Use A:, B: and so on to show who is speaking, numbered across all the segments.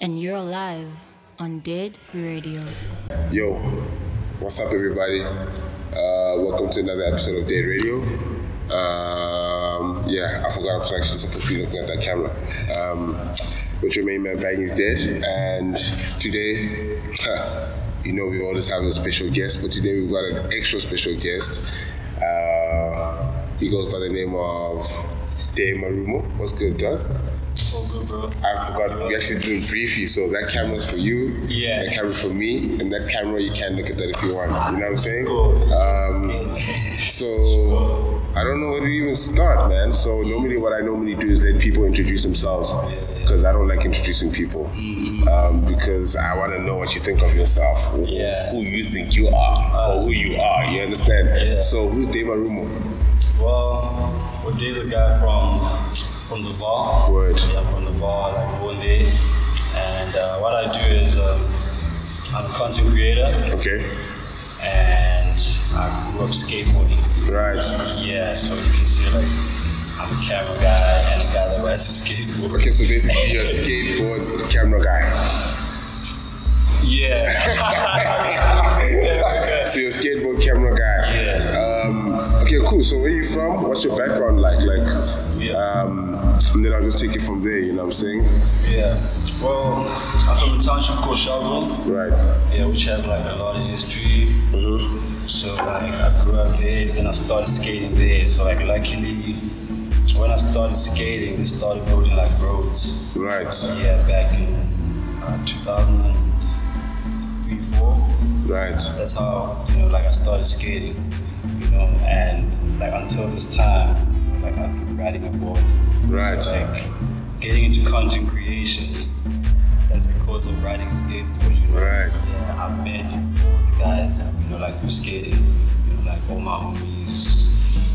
A: and you're alive on Dead Radio.
B: Yo, what's up, everybody? Uh, welcome to another episode of Dead Radio. Um, yeah, I forgot I was actually supposed to be looking at that camera. Um, but your main man Bang is dead, and today, you know, we always have a special guest, but today we've got an extra special guest. Uh, he goes by the name of Dave Marumo. What's good, Doug?
C: All good, bro.
B: I forgot we actually didn't brief you, so that camera's for you.
C: Yeah.
B: That camera's for me, and that camera you can look at that if you want. You know what I'm saying?
C: Cool.
B: Um, so I don't know where to even start, man. So normally, what I normally do is let people introduce themselves because I don't like introducing people
C: Mm-hmm.
B: um, because I want to know what you think of yourself, wh-
C: Yeah.
B: who you think you are, or who you are. You understand?
C: Yeah.
B: So who's Dave Arumo?
C: Well, well, Jay's a guy from from the Val.
B: Word.
C: Yeah, from the Val, like born there. And uh, what I do is um, I'm a content creator,
B: Okay.
C: and I grew up skateboarding.
B: Right.
C: Yeah, so you can see like I'm a camera guy and a guy that rides a skateboard.
B: Okay, so basically, you're a skateboard camera guy.
C: Yeah. yeah
B: So you're a skateboard camera guy.
C: Yeah.
B: Um, okay, cool. So where you from? What's your background like? Like,
C: Yeah.
B: um, and then I'll just take it from there. You know what I'm saying?
C: yeah. Well, I'm from a township called Sharville.
B: Right.
C: yeah, which has like a lot of history. Mm-hmm. So like I grew up there, then I started skating there. So like luckily, when I started skating, they started building like roads.
B: Right.
C: Yeah, back in uh, 2003, four.
B: Right.
C: That's how you know, like I started skating. You know, and like until this time, like I've been riding a board.
B: Right.
C: So, like getting into content creation. That's because of riding a skateboard. You know?
B: Right.
C: Yeah, I've met all the guys, you know, like through skating, you know, like all my homies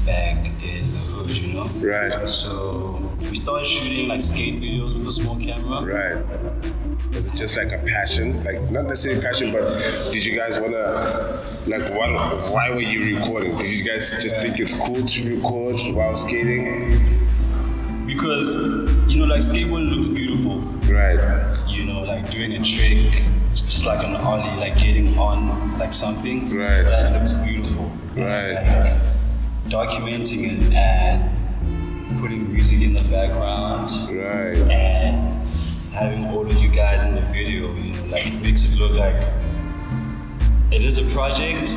C: back in the hood, you know?
B: Right.
C: So we started shooting like skate videos with a small camera.
B: Right. Was it just like a passion? Like not necessarily passion, but did you guys wanna like what why were you recording? Did you guys just think it's cool to record while skating?
C: Because, you know, like skateboarding looks beautiful,
B: Right.
C: you know, like doing a trick, just like an ollie, like getting on like something.
B: Right.
C: That looks beautiful.
B: Right.
C: Like, documenting it and putting music in the background.
B: Right.
C: and having all of you guys in the video, you know, like it makes it look like it is a project,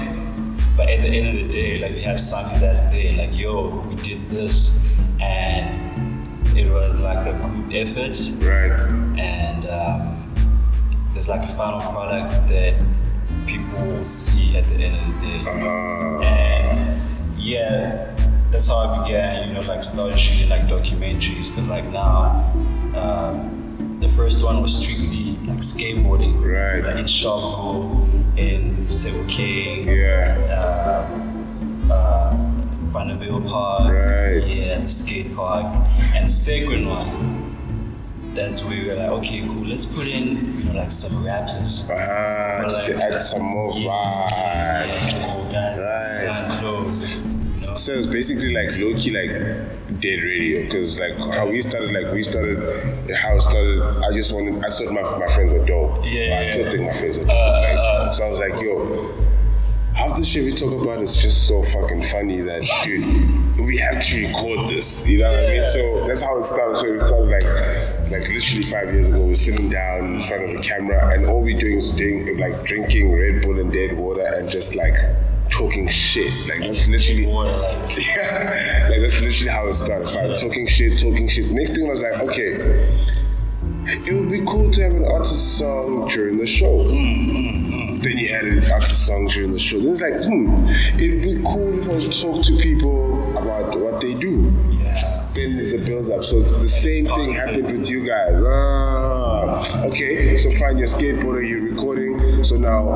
C: but at the end of the day, like you have something that's there, like yo, we did this, and it was like a group effort,
B: Right.
C: and um, there's like a final product that people will see at the end of the day.
B: Uh,
C: And yeah, that's how I began, you know, like started shooting like documentaries because like now, um, the first one was strictly like skateboarding.
B: Right.
C: Like in Sharpeville, in Civil King,
B: yeah.
C: uh, uh, Vanderbilt Park.
B: Right.
C: Yeah, the skate park. And second one, that's where we were like, okay, cool, let's put in, you know, like some rappers.
B: Ah,
C: But
B: just to
C: like,
B: add some more
C: Yeah,
B: vibe.
C: yeah, guys,
B: Right.
C: design closed. You know?
B: So it's basically like low key like dead radio because like how we started like we started how it started I just wanted I thought my, my friends were dope
C: Yeah,
B: but I
C: yeah,
B: still
C: yeah. Uh,
B: think my friends are dope like, so I was like yo half the shit we talk about is just so fucking funny that dude we have to record this you know what I mean
C: Yeah.
B: so that's how it started so it started like like literally five years ago we're sitting down in front of a camera and all we're doing is doing like drinking Red Bull and dead water and just like talking shit like that's literally
C: Water, like,
B: like that's literally how it started. Like, Talking shit, talking shit. Next thing was like, okay, it would be cool to have an artist song during the show. Then you added an artist song during the show. Then it's like, hmm, it'd be cool if I would talk to people about what they do. Then it's a build up. So it's the same thing happened with you guys. Ah, okay. So find your skateboarder, you're recording. So now,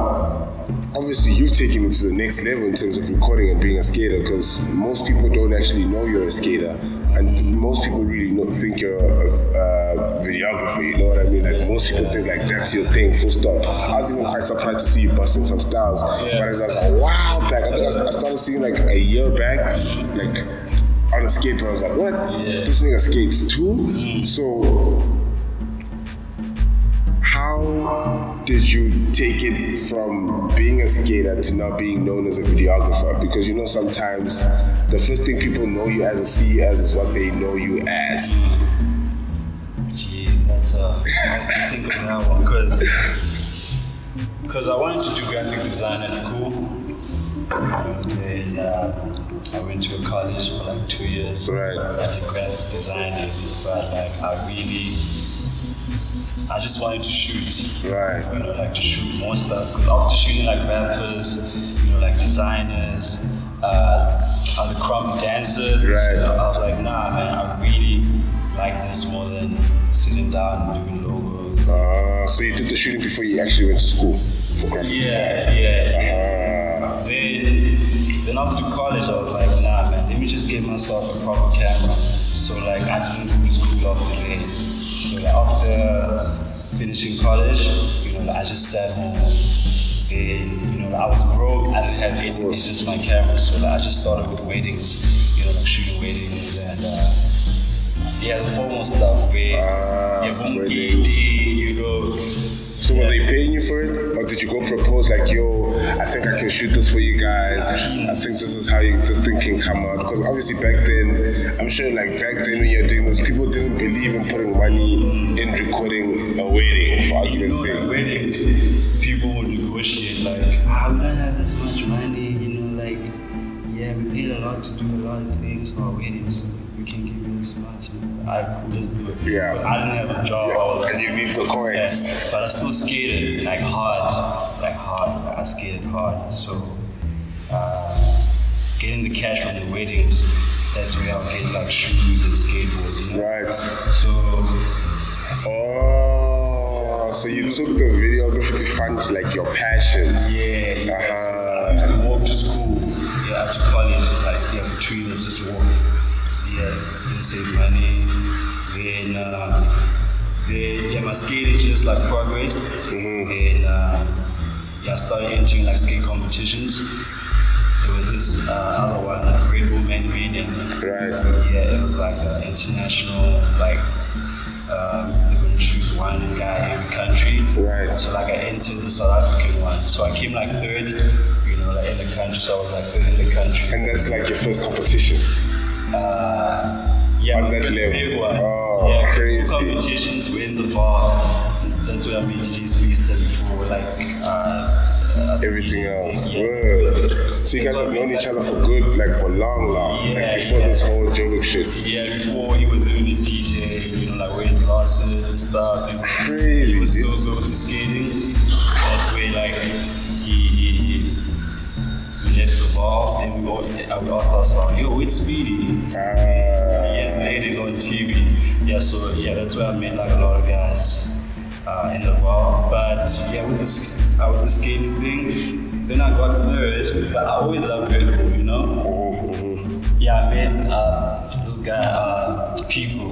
B: obviously, you've taken it to the next level in terms of recording and being a skater because most people don't actually know you're a skater. And most people really not think you're a, a videographer, you know what I mean? Like, most people think, like, that's your thing, full stop. I was even quite surprised to see you busting some styles. But it was a while back. I think I st- I started seeing, like, a year back, like, on a skateboard. I was like, what?
C: Yeah.
B: This nigga skates too? So, how did you take it from being a skater to now being known as a videographer? Because you know sometimes the first thing people know you as or see you as is what they know you as.
C: Mm. Jeez, that's a. I have to think of that one because because I wanted to do graphic design at school. And then uh, I went to a college for like two years.
B: Right.
C: I did graphic design, and- but like I really, I just wanted to shoot.
B: Right.
C: You know, like to shoot more stuff because after shooting like rappers, you know, like designers, uh, other crumb dancers.
B: Right.
C: I was like, nah, man, I really like this more than sitting down and doing logos.
B: Uh, so you did the shooting before you actually went to school for graphic
C: Yeah,
B: design.
C: yeah.
B: Uh,
C: Then, then after college, I was like, nah, man, let me just get myself a proper camera. So, like, I didn't go to school after that. So, like, after finishing college, you know, like, I just sat home. Then, you know, like, I was broke, I didn't have anything, it's just my camera. So, like, I just started with weddings, you know, like shooting weddings and, uh, yeah, the formal stuff where
B: Ah,
C: yeah, bonke,
B: weddings.
C: you know.
B: so were they paying you for it, or did you go propose like, "Yo, I think I can shoot this for you guys. I think this is how you, this thing can come out"? Because obviously back then, I'm sure like back then when you're doing this, people didn't believe in putting money in recording a wedding for argument's
C: You know,
B: sake.
C: at weddings, people would negotiate like, ah, we don't have this much money, you know, like, yeah, we paid a lot to do a lot of things for our weddings. We can give you this much. I could just do it.
B: Yeah.
C: But I didn't have a job. I was
B: Yeah,
C: like,
B: Can you leave the coins?
C: yeah, but I still skated like hard, like hard. Like, I skated hard. So uh, getting the cash from the weddings, that's where I'll get like shoes and skateboards. You know?
B: Right.
C: So
B: Oh, so you took the videography to find like your passion.
C: Yeah, you guys-
B: Uh-huh.
C: I used to walk to school, yeah, after college, like yeah, for two years just walk. Yeah, then save money. Then uh, then yeah, my skating just like progressed.
B: Mm-hmm.
C: Then uh, yeah, I started entering like skate competitions. There was this uh, other one, like Red Bull Man Mania.
B: Right.
C: Yeah, it was like an international, like, um, they would choose one guy every country.
B: Right.
C: So, like, I entered the South African one. So, I came like third, you know, like in the country. So, I was like third in the country.
B: And that's like your first competition.
C: Uh, yeah,
B: On
C: my
B: that
C: first
B: level.
C: big one.
B: Oh,
C: yeah, cool
B: crazy.
C: competitions win the bar. That's where I made GG's Vista before, like, uh,
B: Everything else.
C: Yeah.
B: Word. So you guys have known each other for good, like for long, long.
C: Yeah,
B: like before
C: yeah.
B: this whole Jovic shit.
C: Yeah, before he was doing the DJ, you know, like wearing glasses and stuff. And
B: Crazy,
C: He was
B: dude.
C: so good with skating. That's where like he, he, he we left the bar and we, all, and we asked ourselves, yo, it's Speedy.
B: Uh,
C: Yes, later he's on TV. Yeah, so yeah, that's where I met like a lot of guys uh, in the bar. But yeah, with this, uh, with the skating thing, then I got third. But I always loved Red Bull, you know.
B: mm-hmm,
C: Yeah, I met uh, this guy, uh, Pico.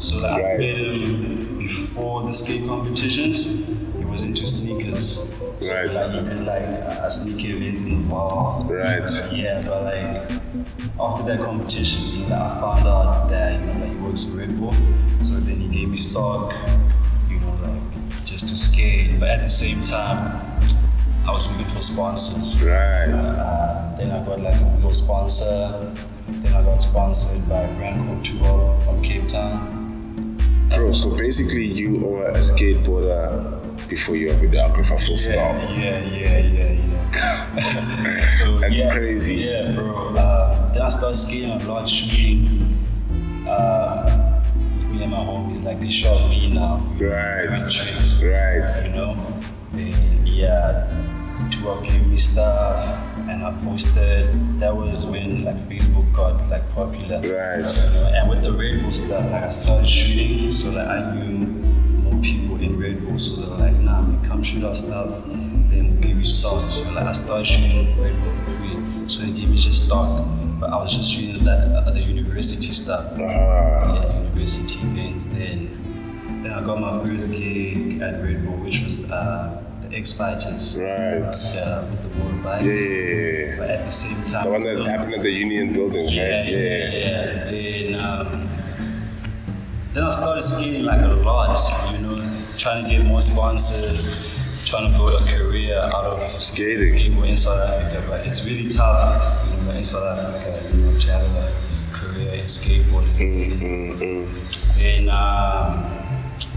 C: So
B: Mm-hmm. Right.
C: like, I met him before the skate competitions. He was into sneakers. So,
B: Right.
C: Like, he did like a sneaker event in the fall.
B: Right.
C: Yeah, but like after that competition, you know, I found out that you know like, he works for Red Bull. So then he gave me stock, you know, like just to skate. But at the same time, I was looking for sponsors.
B: right.
C: Uh, then I got like a wheel sponsor. Then I got sponsored by a brand called Tuol from Cape Town.
B: Bro, so basically you are a skateboarder before you're a videographer, full stop.
C: yeah, yeah, yeah, yeah. so,
B: That's
C: yeah,
B: crazy.
C: Yeah, bro. Uh, then I started skating a lot, shooting. Uh, me and my homies, like they shot me now.
B: Right.
C: Doing tricks,
B: Right.
C: You know. And yeah, Tuol gave me stuff, and I posted. That was when like Facebook got like popular.
B: Right.
C: You know, and with the Red Bull stuff, like I started shooting, so like I knew more people in Red Bull, so they were like, nah, man, come shoot our stuff, then we'll give you stock. So like I started shooting Red Bull for free, so they gave me just stock, but I was just shooting that uh, the university stuff,
B: Uh,
C: yeah, university events. Then, then I got my first gig at Red Bull, which was uh, the X Fighters,
B: right.
C: yeah, with the motorbike.
B: Yeah.
C: But at the same time,
B: The one that
C: those-
B: happened at the union building, right?
C: yeah, yeah. Then, um, then I started skating like a lot, you know, trying to get more sponsors, trying to build a career out of
B: Skating.
C: skateboard in South Africa. But it's really tough, you know, in South Africa, you know, to have a career in skateboarding.
B: Mm. Mm-hmm,
C: Then, um,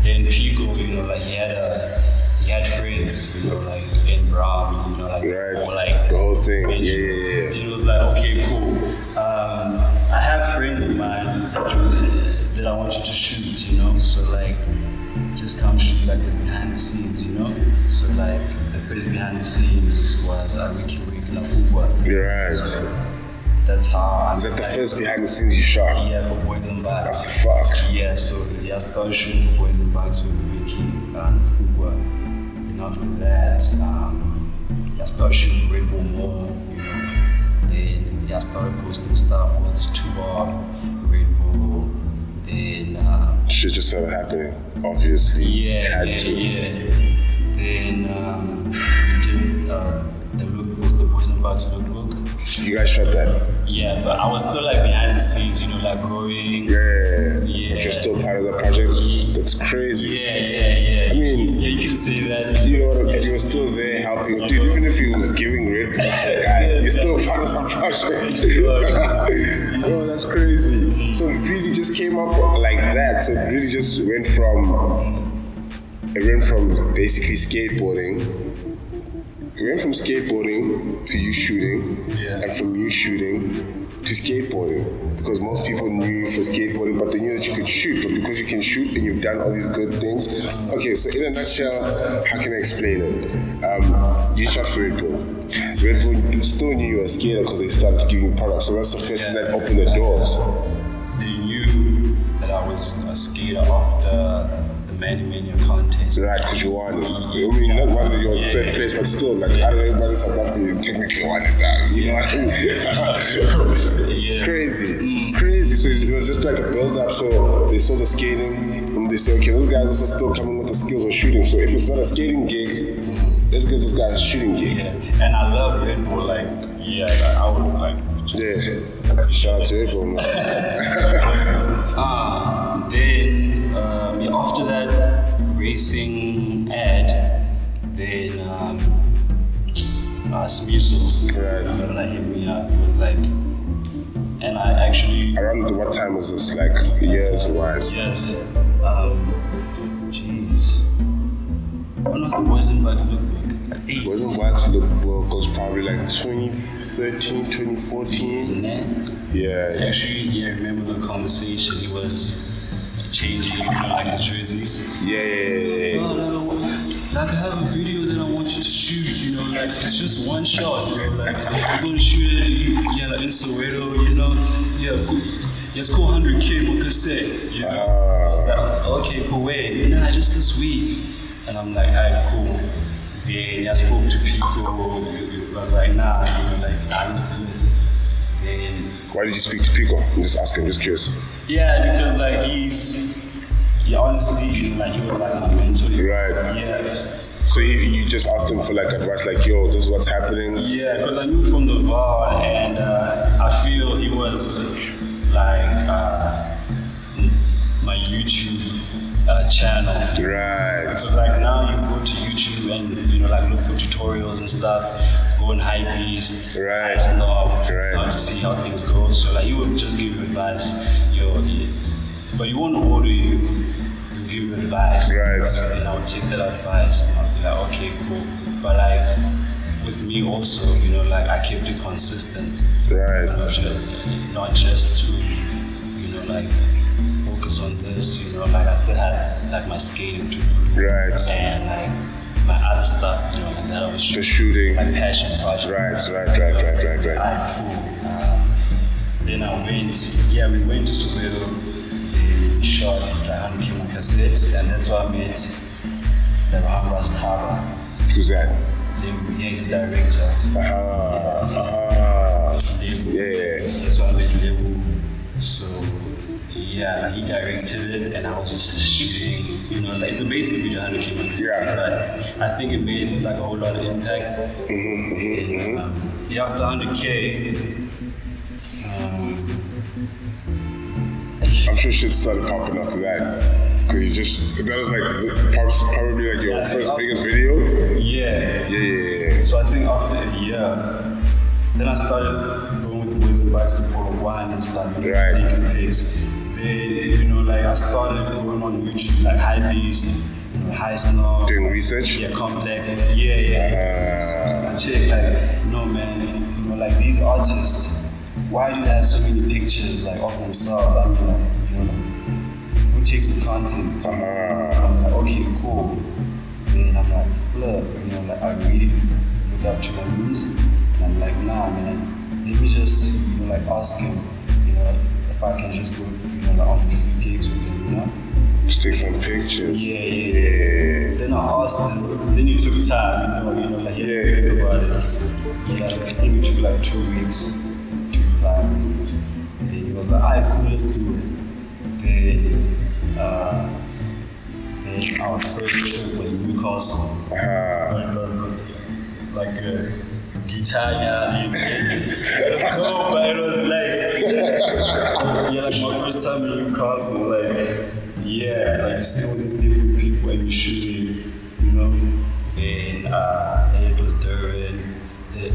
C: then Pico, you know, like he had a, he had friends, you know, like Ben Brown, you know, like
B: Right.
C: or like
B: The whole thing.
C: and
B: Yeah, yeah, yeah.
C: It was like, okay, cool. Um, I have friends of mine that, you- that I want you to shoot, you know. So like, just come shoot like the behind the scenes, you know. So like, the first behind the scenes was a Wiki Week in football.
B: You're right.
C: So that's how. I
B: Is that the
C: like-
B: first behind the scenes you shot?
C: Yeah, for boys and
B: What the
C: bars.
B: fuck?
C: Yeah, so yeah, I started shooting for boys and bars with Vicky and Fuwa. uh, And after that, um, yeah, I started shooting for Red Bull more, you know. Then yeah, I started posting stuff with Tuwa, Red Bull. Then um,
B: Shit just started happening. Obviously,
C: yeah,
B: had
C: yeah,
B: to.
C: yeah. Then um, we did uh, the lookbook, the boys and bars lookbook.
B: You guys shot that.
C: Yeah, but I was still like behind the scenes, you know, like growing.
B: Yeah.
C: Yeah.
B: But you're still part of the project.
C: Yeah.
B: That's crazy.
C: Yeah, yeah, yeah.
B: I mean-
C: yeah, you can say that.
B: You know, but you were still there helping. Dude, even if you were giving red books, like, guys, you're still part of the project. oh, that's crazy. So it really just came up like that. So it really just went from, it went from basically skateboarding. It went from skateboarding to you shooting,
C: Yeah.
B: and from you shooting to skateboarding. Because most people knew you for skateboarding, but they knew that you could shoot. But because you can shoot and you've done all these good things, okay. So in a nutshell, how can I explain it? Um, you shot for Red Bull. Red Bull still knew you were a skater because they started giving you products. So that's the first thing that opened the doors.
C: They knew that I was a skater after the Many Mania contest.
B: Right, because you won. I mean, not one of your
C: Yeah,
B: third
C: yeah.
B: place, but still, like, I don't know, everybody in South Africa, you technically won it, uh, you know what I mean?
C: Yeah.
B: crazy, crazy. So you know, just like the build up. So they saw the skating, and they say, okay, this guy's also still coming with the skills of shooting. So if it's not a skating gig, let's give this guy a shooting gig.
C: Yeah. And I love Red Bull. Like, yeah, like, I would like.
B: Yeah. Shout out to April, man.
C: Uh, then um, yeah, after that racing ad, then um, uh, Smiso
B: Right.
C: you know, like hit me up with like, and I actually
B: Around the, what time was this? Like years wise.
C: Yes. Um, jeez. When was the Boys and Buds lookbook? Eight.
B: Wasn't Wax look well because probably like 2013, 2014.
C: Nah.
B: Yeah.
C: Actually, yeah, I remember the conversation. It was changing, you know, like the jerseys.
B: Yeah. yeah,
C: Oh, no, no, like I have a video that I want you to shoot, you know, like it's just one shot, you know, like you're gonna shoot it, you- yeah, like in Soweto, you know, yeah, cool. yeah, it's cool 100k on cassette, you know.
B: Uh,
C: okay, cool, wait, nah, just this week. And I'm like, alright, cool. Then I spoke to Pico, it was like, nah, you know, like, I just do it. Then,
B: why did you speak to Pico? I'm just asking, just curious.
C: yeah, because like he's, yeah, honestly, you know, like he was like my mentor.
B: Right.
C: Yeah.
B: So you, you just asked him for like advice, like, yo, this is what's happening.
C: Yeah, because I knew from the VAR, and uh, I feel he was like uh, my YouTube uh, channel.
B: Right.
C: Because like now you go to YouTube and you know like look for tutorials and stuff, go on high beast,
B: Right.
C: snob,
B: Right.
C: how to see how things go. So like he will just give you advice, yo, yeah. but you won't order you, you give you advice.
B: Right.
C: And I'll take that advice and I'll be like, okay, cool. But like with me also, you know, like I kept it consistent.
B: Right.
C: Not just, not just to, you know, like focus on this, you know, like I still had like my skating to do
B: Right.
C: and like my other stuff, you know, like that I was
B: The
C: shooting,
B: shooting.
C: my
B: Right,
C: passion project.
B: right, right, right, right, right.
C: I cool. Um, then I went, yeah, we went to Soweto, and shot like 100 kilo cassettes, and that's where I met the Ramras Tara.
B: Who's that?
C: Then he's a director.
B: Ah, ah,
C: Lebu.
B: Yeah.
C: That's why I made Lebu. So yeah, like, he directed it, and I was just shooting. You know, like, it's a basic video, 100 kilos.
B: Yeah.
C: But I think it made like a whole lot of impact.
B: Mm-hmm,
C: And, um, yeah, after 100k. Um,
B: I'm sure shit started popping after that. Cause you just that was like the- prob- probably like your
C: Yeah, I think
B: first
C: I'll-
B: biggest video.
C: Yeah.
B: Yeah, yeah, yeah.
C: So I think after a year, then I started going with the bikes to Polo One and started you know,
B: Right.
C: taking pics. Then, you know, like I started going on YouTube, like High Beast, you know, High Snow.
B: Doing research.
C: Yeah, complex. Yeah, yeah.
B: Ah.
C: I check like, no man, you know, like these artists, why do they have so many pictures like of themselves? I mean, like, you know, who takes the content? I'm like, okay, cool. Then I'm like, flip, you know, like I really look up to the news, and I'm like, nah, man, let me just, you know, like ask him, you know, if I can just go, you know, like on free gigs with him, you know.
B: Just take some pictures.
C: Yeah, yeah, Then I asked him, then you took time, you know, you know, like you had to
B: Yeah.
C: think about it. Yeah, I think it took like two weeks to reply. Then he was like, alright, cool, let's do it. Then, uh, then our first trip was Newcastle.
B: Ah,
C: Like, that's the- like a guitar, yeah. you know. I don't know, but it was like, yeah, like my first time in Newcastle, like, yeah, like you see all these different people and you shooting, you know. And, uh, and it was during the,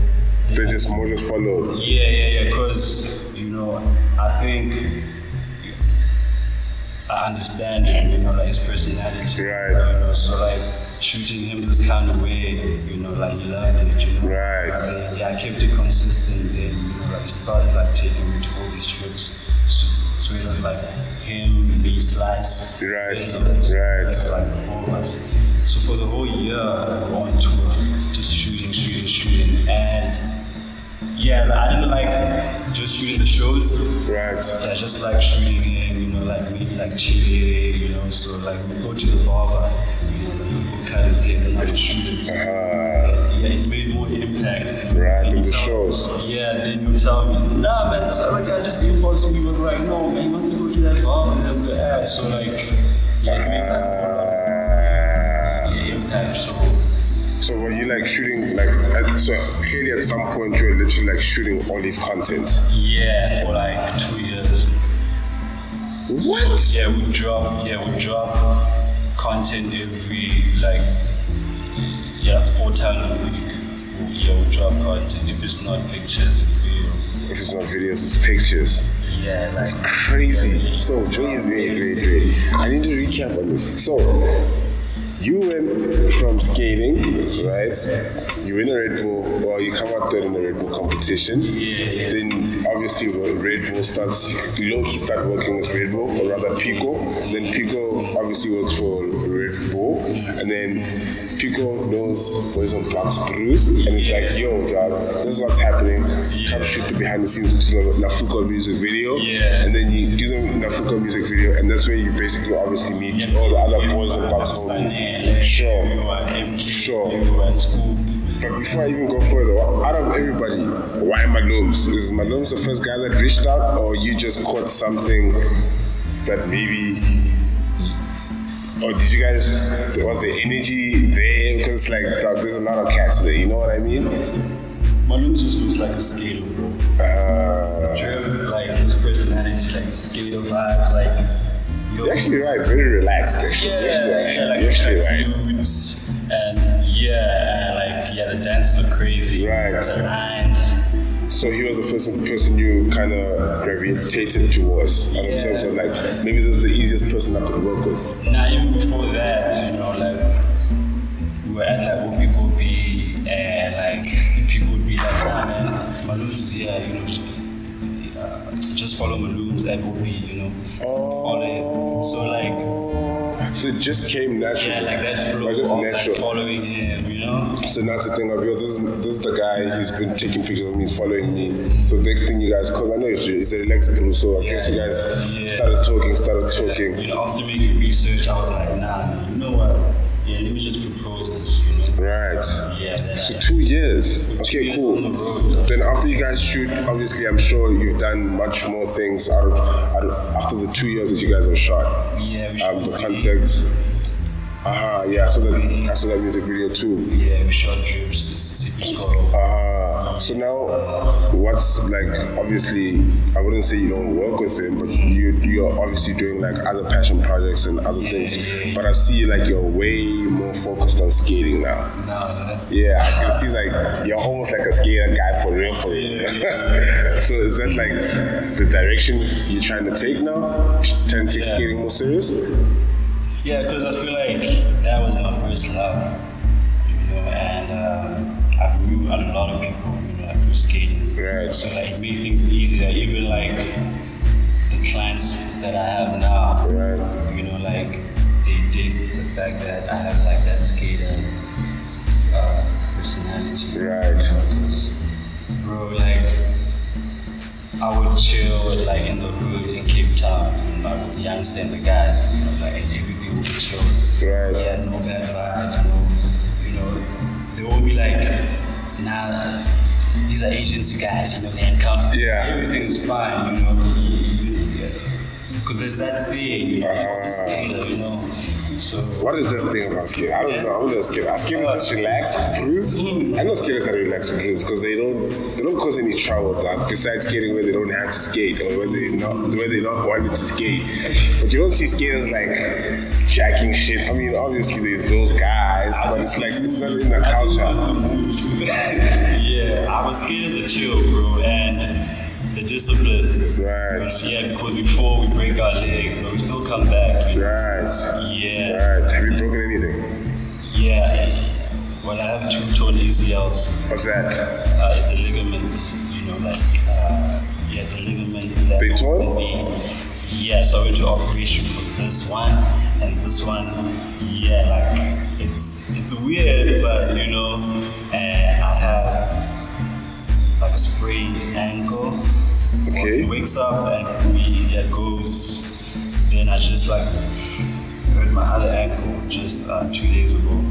C: the
B: they just more just followed.
C: yeah, yeah, yeah. Because you know, I think I understand him. You know, like his personality.
B: Right.
C: You know, so like shooting him this kind of way, you know, like he loved it. You know.
B: Right.
C: And, yeah, I kept it consistent, and you know, like started like taking me to all these trips. So, so it was like him, me, Slice.
B: Right,
C: you know, so
B: right.
C: it was, Like four of us. So for the whole year, we were on tour, just shooting, shooting, shooting, and. Yeah, like, I didn't like just shooting the shows.
B: Right.
C: Yeah, just like shooting him, you know, like maybe like chilling, you know. So like we go to the barber, you know, like, we cut his hair, then I shoot it.
B: Ah,
C: Yeah, it made more impact.
B: Right,
C: And
B: in the
C: tell-
B: shows.
C: Yeah, then you tell me, nah, man, this other guy just inboxed me was like, no, man, he wants to go to that barber and have the app. So like, yeah, it made that
B: ah.
C: yeah, impact. So
B: So were you like shooting like at, so clearly at some point you were literally like shooting all these contents.
C: yeah, for like two years.
B: What?
C: Yeah, we drop. Yeah, we drop content every like yeah four times a week. Yeah, we drop content. If it's not pictures, it's videos.
B: If it's not videos, it's pictures.
C: Yeah, like
B: It's crazy. So please, wait, wait, wait. I need to recap on this. So you went from skating, right? You win a Red Bull, well, you come out third in the Red Bull competition.
C: yeah.
B: Then obviously when Red Bull starts, Loki start working with Red Bull, or rather Pico. Then Pico obviously works for Red Bull, and then Pico knows boys on Blacks Bruce, and it's like, yo, dog, there's lots happening. Come shoot the behind the scenes, which is a Nafuko music video,
C: Yeah.
B: and then you do them Nafuko music video, and that's where you basically obviously meet all the other boys and Blacks homies. Sure.
C: You are MK.
B: Sure.
C: You are Scoop.
B: But before I even go further, wh- out of everybody, why Maloms? Is Maloms the first guy that reached out, or you just caught something that maybe, or did you guys? Was the energy there? Because like, dog, there's a lot of cats there. You know what I mean?
C: Malum just looks like a skater, bro.
B: Uh,
C: True. Like his personality, like skater vibes, like. yo,
B: you're actually right. Very relaxed. Actually,
C: Yeah,
B: you're actually right.
C: yeah, like
B: you're actually right.
C: tracksuits and yeah, and like yeah, the dances are crazy.
B: Right.
C: The lines.
B: So he was the first person you kind of gravitated towards, and in terms of like, maybe this is the easiest person I could work with.
C: Now even before that, you know, like we were at like Whoopi Gopi and like people would be like, nah man, Maloom's is here, you know, j- uh, just follow Maloom's at Whoopi, you know. Follow him. So like
B: So it just came naturally.
C: yeah, like that flow
B: Like, just
C: of
B: natural.
C: like following him, you know.
B: so now it's the thing of yo, this is this is the guy. He's been taking pictures of me. He's following me. So next thing, you guys, because I know it's, it's a relaxed bro. So I guess you guys
C: Yeah.
B: started talking, started
C: You
B: talking.
C: know, after making research, I was like, nah, man, you know what? Yeah, let me just propose this, you know?
B: Right.
C: Yeah, then
B: So
C: I-
B: two years.
C: two
B: Okay,
C: years
B: cool.
C: on the road.
B: Then after you guys shoot, obviously, I'm sure you've done much more things out of, out of after the two years that you guys have shot.
C: yeah, we
B: Um,
C: should
B: the
C: be-
B: contact. Aha, yeah, I saw that. I saw that music video too.
C: Yeah, we shot drips, Sissy Pisco.
B: Uh, so now, what's like? Obviously, I wouldn't say you don't work with him, but you you're obviously doing like other passion projects and other things. But I see like you're way more focused on skating now.
C: Now,
B: Yeah, I can see like you're almost like a skater guy for real, for real. so is that like the direction you're trying to take now? Trying to take
C: Yeah.
B: skating more serious?
C: Yeah, because I feel like that was my first love, you know, and um, I've knew a lot of people, you know, through skating.
B: Right.
C: So like it made things easier, even like the clients that I have now.
B: Right.
C: You know, like they dig the fact that I have like that skater uh, personality.
B: Right.
C: Because, bro, like, I would chill, like, in the hood in Cape Town, you know, with the youngster and the guys, you know, like, and everything would be chill.
B: Right.
C: Yeah, no bad vibes, no, you know, they would be like, nah, these are agency guys, you know, they're comfortable.
B: Yeah.
C: Everything's fine, you know. Because there's that thing, you
B: Ah.
C: know, uh, you know. So,
B: What is this thing about skate? I don't know. I'm not skate. Skate is just relax, cruise. I know skaters are relaxed with cruise because they don't they don't cause any trouble. Like, besides skating where they don't have to skate or when they not where they not wanted to skate. But you don't see skaters like jacking shit. I mean, obviously there's those guys, but it's like it's not in the culture.
C: yeah, our skaters are chill, bro, and the discipline.
B: Right.
C: Yeah, because before we break our legs, but we still come back. You know?
B: Right.
C: Yeah,
B: Right. Have you broken anything?
C: yeah. Well, I have two torn ACLs.
B: What's that?
C: Uh, it's a ligament, you know, like uh, yeah, it's a ligament. That
B: They torn?
C: can be- Yeah, so I went to operation for this one and this one. Yeah, like it's it's weird, but you know, and I have like a sprained ankle. He
B: Okay.
C: wakes up and we yeah, goes. Then I just like hurt my other ankle just uh, two days ago.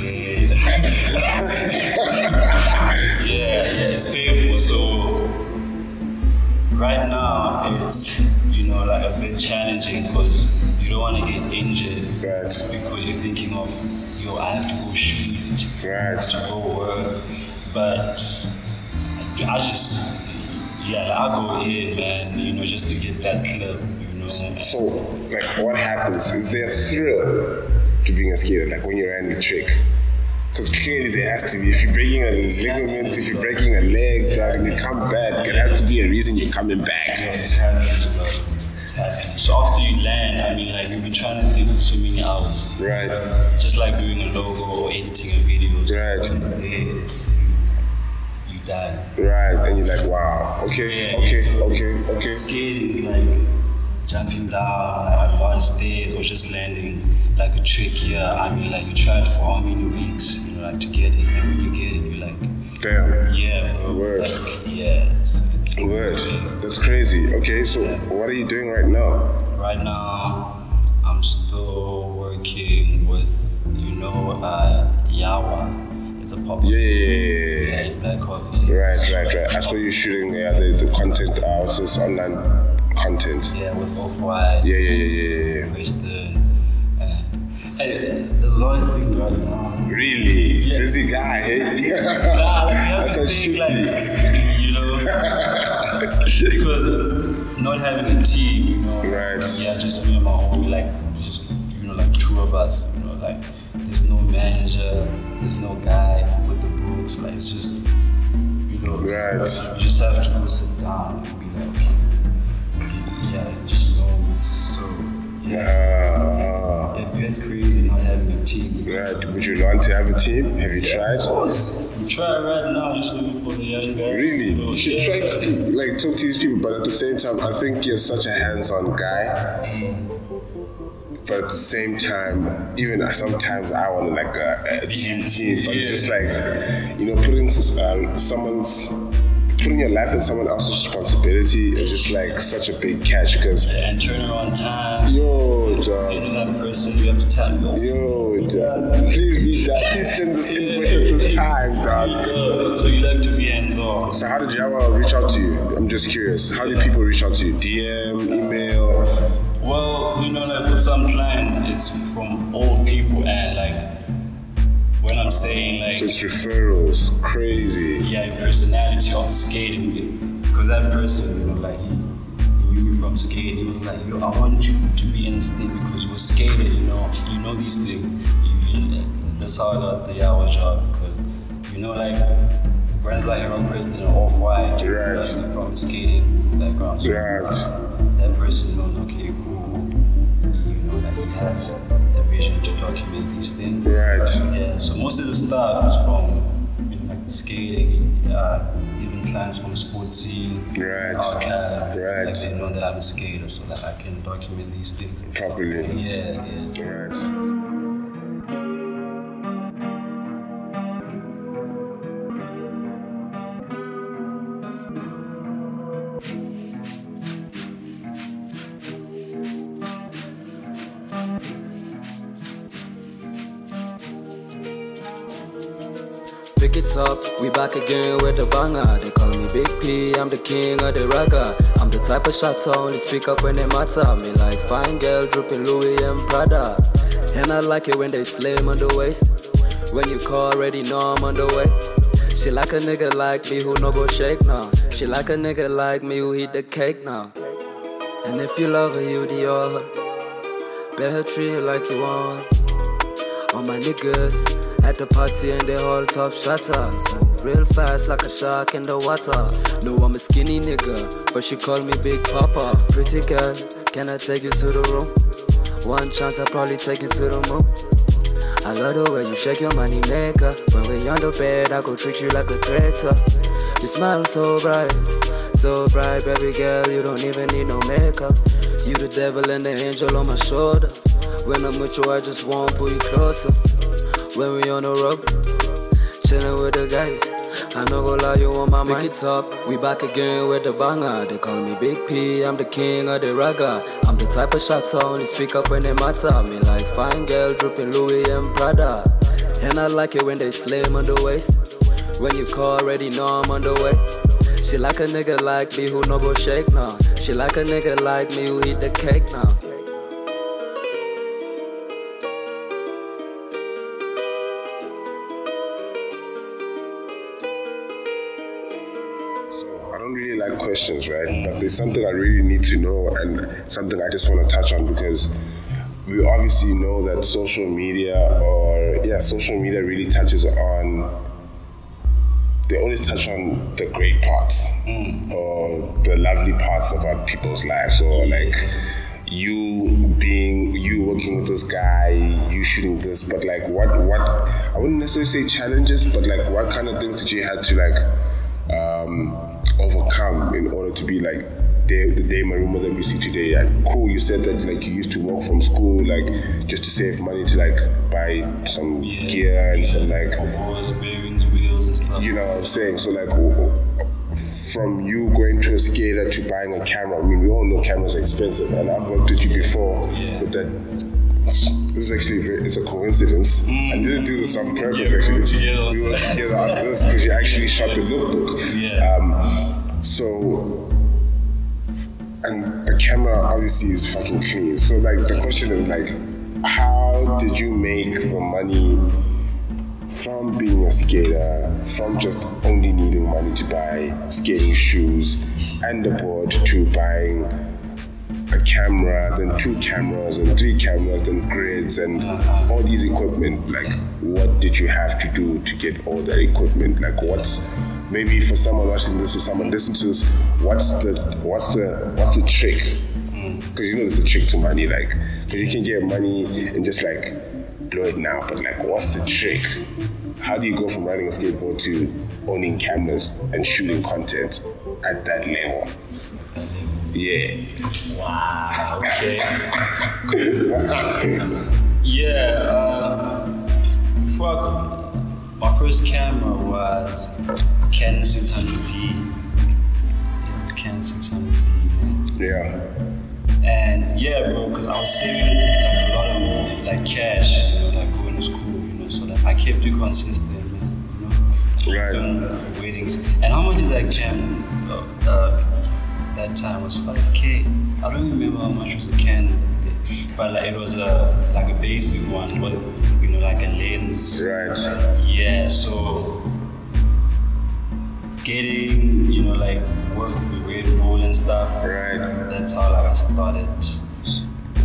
C: yeah, yeah, yeah, it's painful. So right now it's you know like a bit challenging because you don't want to get injured
B: Right.
C: because you're thinking of yo I have to go shoot, I
B: Right.
C: have to go work, but I just, yeah, like, I go in, man, you know, just to get that clip, you know.
B: So, like, what happens? Is there a thrill to being a skater, like when you're in the trick? Because clearly there has to be. If you're breaking a ligament, if you're breaking a leg, dog, and you come back, there has to be a reason you're coming back.
C: It's happening, bro. It's happening. So after you land, I mean, like, you've been trying to think for so many hours.
B: Right.
C: Just like doing a logo or editing a video. So
B: Right.
C: once they- you done.
B: Right. And you're like, wow. Okay.
C: Yeah,
B: Okay.
C: it's-
B: Okay. Okay.
C: Skating is like jumping down, like advanced stairs, or just landing like a trick here. I mean, like, you tried for how many weeks, you know, like, to get it. And when you get it, you're like,
B: Damn.
C: Yeah, bro.
B: Word.
C: Like, yeah. It's, it's
B: Word.
C: it's-
B: That's crazy. Okay. So, what are you doing right now?
C: Right now, I'm still working with, you know, uh, Yawa. It's a pop up
B: Yeah. yeah, yeah, yeah.
C: black coffee.
B: Right. Right. Right. I saw you shooting yeah, the the content. Uh, what's this online content?
C: Yeah, with Off White,
B: Yeah. Yeah. Yeah. Yeah. yeah.
C: Kristen. Uh, hey, there's a lot of things right now.
B: Really?
C: Yeah.
B: Busy guy, hey?
C: Nah, like, we have
B: That's
C: to
B: a
C: think,
B: shoot
C: like, you know, because not having a team, you know,
B: Right.
C: yeah, just me and my homie, like, just, you know, like two of us, you know, like, there's no manager, there's no guy with the books, like, it's just, you know,
B: Right.
C: you just have to go sit down and be like, okay, yeah, just notes, so, yeah,
B: Uh,
C: yeah, that's crazy not having a team.
B: right. Would you want to have a team? Have you
C: Of
B: tried?
C: course. We try right now, just looking for the young guys.
B: Really?
C: So,
B: You should
C: yeah.
B: try to like talk to these people, but at the same time, I think you're such a hands-on guy. But at the same time, even I- sometimes I want like a, a team team, but it's just like you know putting s- uh, someone's putting your life in someone else's responsibility is just like such a big catch because
C: And turnaround time.
B: yo,
C: You
B: dog.
C: know that person, you have to tell them. "Yo,
B: Yo, dog. please be that. Please send this invoice at this time,
C: you
B: dog.
C: go. So you like to be hands on.
B: So how did Yawa reach out to you? I'm just curious. How did people reach out to you? DM, email?
C: Well, you know, like with some clients, it's from old people, and like when I'm saying like
B: So it's referrals, crazy.
C: yeah, your personality of skating because that person, you know, like he, he knew me from skate. He was like, "Yo, I want you to be in this thing because you were skater. You know, you know these things. You, you, that's how I got the hour job because you know, like brands like Aaron Preston and Off White,
B: Right.
C: from skating background. So,
B: Right.
C: That person knows. Okay, cool. You know, like he has the vision to document these things.
B: Right.
C: Yeah, so most of the stuff is from you know, like skating, uh, even clients from sports scene,
B: Right.
C: archive,
B: Right.
C: Like they know that I'm a skater, so that I can document these things
B: Properly.
C: Yeah, yeah.
B: Right.
D: Pick it up, we back again with the banger. They call me Big P, I'm the king of the ragga. I'm the type of shatter, only speak up when they matter. Me like fine girl, dripping Louis and Prada. And I like it when they slim on the waist. When you call, already know I'm on the way. She like a nigga like me who no go shake now. She like a nigga like me who eat the cake now. And if you love her, you Dior. Better her treat her like you want. All my niggas at the party and they all top shutters. Move real fast like a shark in the water. No, I'm a skinny nigga, but she call me Big Papa. Pretty girl, can I take you to the room? One chance, I'll probably take you to the moon. I love the way you shake your money maker. When we on the bed, I go treat you like a traitor. You smile so bright, so bright, baby girl. You don't even need no makeup. You the devil and the angel on my shoulder. When I'm with you, I just want to pull you closer. When we on the road, chilling with the guys. I no go lie, you on my mind. Pick it up, we back again with the banger. They call me Big P, I'm the king of the ragga. I'm the type of shatter, only speak up when they matter. Me like fine girl, dripping Louis and Prada. And I like it when they slim on the waist. When you call, already know I'm on the way. She like a nigga like me who no go shake now. She like a nigga like me who eat the cake now.
B: So I don't really like questions, right? But there's something I really need to know and something I just want to touch on because we obviously know that social media or yeah, social media really touches on they always touch on the great parts or the lovely parts about people's lives or like you being you working with this guy you shooting this but like what what i wouldn't necessarily say challenges but like what kind of things did you had to like um overcome in order to be like Dave, the Dave Maruma that we see today, like cool. You said that like you used to walk from school, like just to save money to like buy some
C: Yeah.
B: gear and some like
C: Cowboys, bearings, wheels, and stuff.
B: you know what I'm saying? So like, w- w- from you going to a skater to buying a camera. I mean, we all know cameras are expensive, and I've worked with you before.
C: Yeah.
B: With that, this is actually very, it's a coincidence. I didn't do this on purpose.
C: Mm. Yeah, we worked
B: actually,
C: together.
B: we worked together on this because you actually shot the lookbook.
C: Yeah.
B: Um, so. And the camera obviously is fucking clean. So like the question is like, how did you make the money from being a skater, from just only needing money to buy skating shoes and a board to buying a camera, then two cameras, and three cameras, then grids, and all these equipment. Like, what did you have to do to get all that equipment? Like, what's maybe for someone watching this or someone listening to this, what's the what's the what's the trick? Because you know there's a trick to money. Like, 'cause you can get money and just like blow it now, but like, what's the trick? How do you go from riding a skateboard to owning cameras and shooting content at that level? Yeah.
C: Wow. Okay. Yeah, uh, before I go- my first camera was Canon 600D. It was Canon 600D, man.
B: Yeah.
C: And yeah, bro, because I was saving like a lot of money, like cash, you know, like going to school, you know, so that I kept it consistent, man, you know.
B: Right.
C: Doing weddings. And how much is that cam? um, Uh, uh, that time was 5K. I don't remember how much was a can, but like it was a like a basic one with you know like a lens.
B: Right.
C: Yeah, so getting you know like work with Red Bull and stuff.
B: Right.
C: That's how like I started